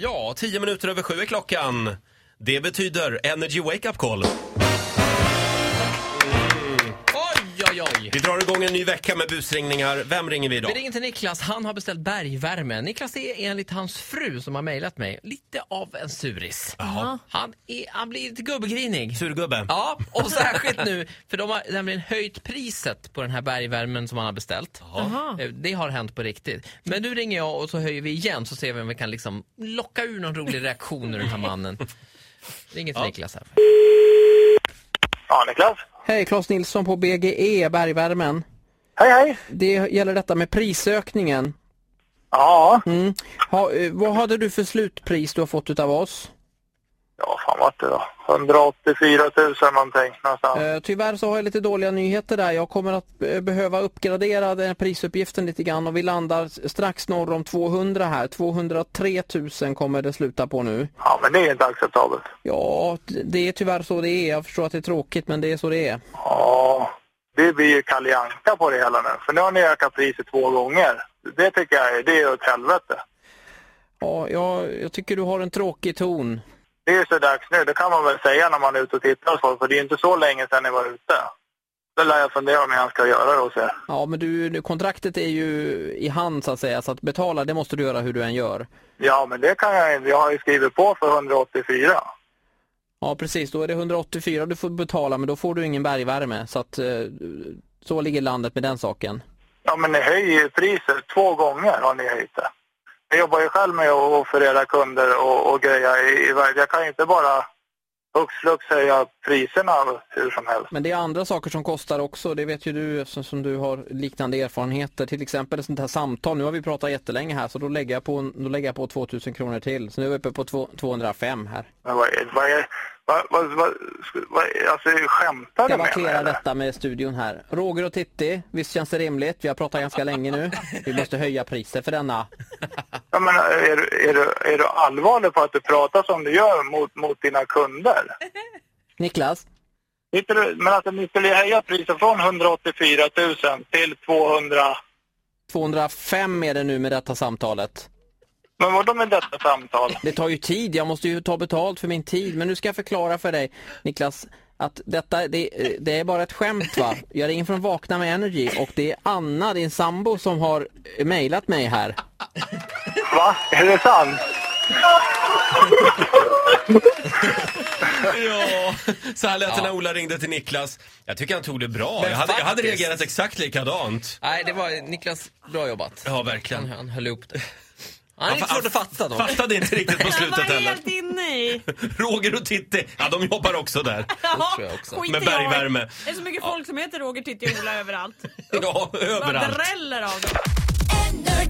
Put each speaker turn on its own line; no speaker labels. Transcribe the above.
Ja, tio minuter över sju är klockan. Det betyder Energy Wake Up Call.
Oj, oj, oj!
Vi drar igång en ny vecka med busringningar. Vem ringer vi idag?
Vi ringer till Niklas. Han har beställt bergvärme. Niklas är enligt hans fru som har mejlat mig lite av en suris. Han, är, han blir lite gubbgrinig.
Surgubbe.
Ja, och särskilt nu, för de har nämligen höjt priset på den här bergvärmen som han har beställt. Eh, Det har hänt på riktigt. Men nu ringer jag och så höjer vi igen så ser vi om vi kan liksom locka ur någon rolig reaktion ur den här mannen. Ringer till Niklas här.
Ja, Niklas.
Hej, Claes Nilsson på BGE, Bergvärmen.
Hej, hej.
Det gäller detta med prisökningen.
Ja,
Ha, eh, vad hade du för slutpris du har fått utav oss?
ja fan vad det då? 184 000 någonting nästan.
Eh, tyvärr så har jag lite dåliga nyheter där. Jag kommer att eh, behöva uppgradera den här prisuppgiften lite grann och vi landar s- strax norr om 200 här. 203 000 kommer det sluta på nu.
Ja, men det är inte acceptabelt.
Ja, d- det är tyvärr så det är. Jag förstår att det är tråkigt men det är så det är.
Ja, det blir ju Kalle Anka på det hela nu. För nu har ni ökat priset två gånger. Det tycker jag är, det är åt helvete.
Ja, jag, jag tycker du har en tråkig ton.
Det är ju så dags nu, det kan man väl säga när man är ute och tittar hos folk. För det är ju inte så länge sedan ni var ute. Då lär jag fundera om hur han ska göra då och se.
Ja, men du, kontraktet är ju i hand så att säga, så att betala det måste du göra hur du än gör.
Ja, men det kan jag inte. Jag har ju skrivit på för 184.
Ja, precis. Då är det 184 du får betala, men då får du ingen bergvärme. Så att, eh, så ligger landet med den saken.
Ja, men ni höjer ju priset. Två gånger har ni höjt det. Jag jobbar ju själv med att förreda kunder och, och grejer i, i världen. Jag kan ju inte bara hux flux höja priserna hur som helst.
Men det är andra saker som kostar också. Det vet ju du eftersom som du har liknande erfarenheter. Till exempel ett sånt här samtal. Nu har vi pratat jättelänge här, så då lägger jag på, en- då lägger jag på 2000 kronor till. Så nu är vi uppe på två- 205 här.
Men vad är, vad är, vad, vad, vad, sku- vad, alltså skämtar du med mig
Jag markerar
eller?
detta med studion här. Roger och Titti, visst känns det rimligt? Vi har pratat ganska länge nu. Vi måste höja priset för denna.
Ja, men är, du- är, du, är du allvarlig på att du pratar som du gör mot, mot dina kunder?
Niklas?
Hittar du, men att ni skulle höja priset från 184 000 till 200
205 är det nu med detta samtalet.
Men vadå med detta samtal?
Det tar ju tid, jag måste ju ta betalt för min tid. Men nu ska jag förklara för dig, Niklas, att detta, det, eh, det är bara ett skämt va? Jag ringer från Vakna med Energy och det är Anna, din sambo, som har eh, mejlat mig här.
Va? Är det sant?
Ja, så här lät det
Ja.
när Ola ringde till Niklas. Jag tycker han tog det bra. Jag hade, jag hade
faktiskt.
reagerat exakt likadant.
Nej, det var Niklas. Bra jobbat.
Ja, verkligen.
Han, han höll ihop det. Han är lite
fa-
svårt att fatta dock.
Fattade inte riktigt på
Jag var
slutet heller.
helt inne i.
Roger och Titti, ja de jobbar också där.
Ja,
tror jag också.
skit
Med
i jag.
bergvärme.
Det är så mycket folk som heter Roger, Titti och Ola överallt.
Ja,
Man
överallt.
dräller av dem.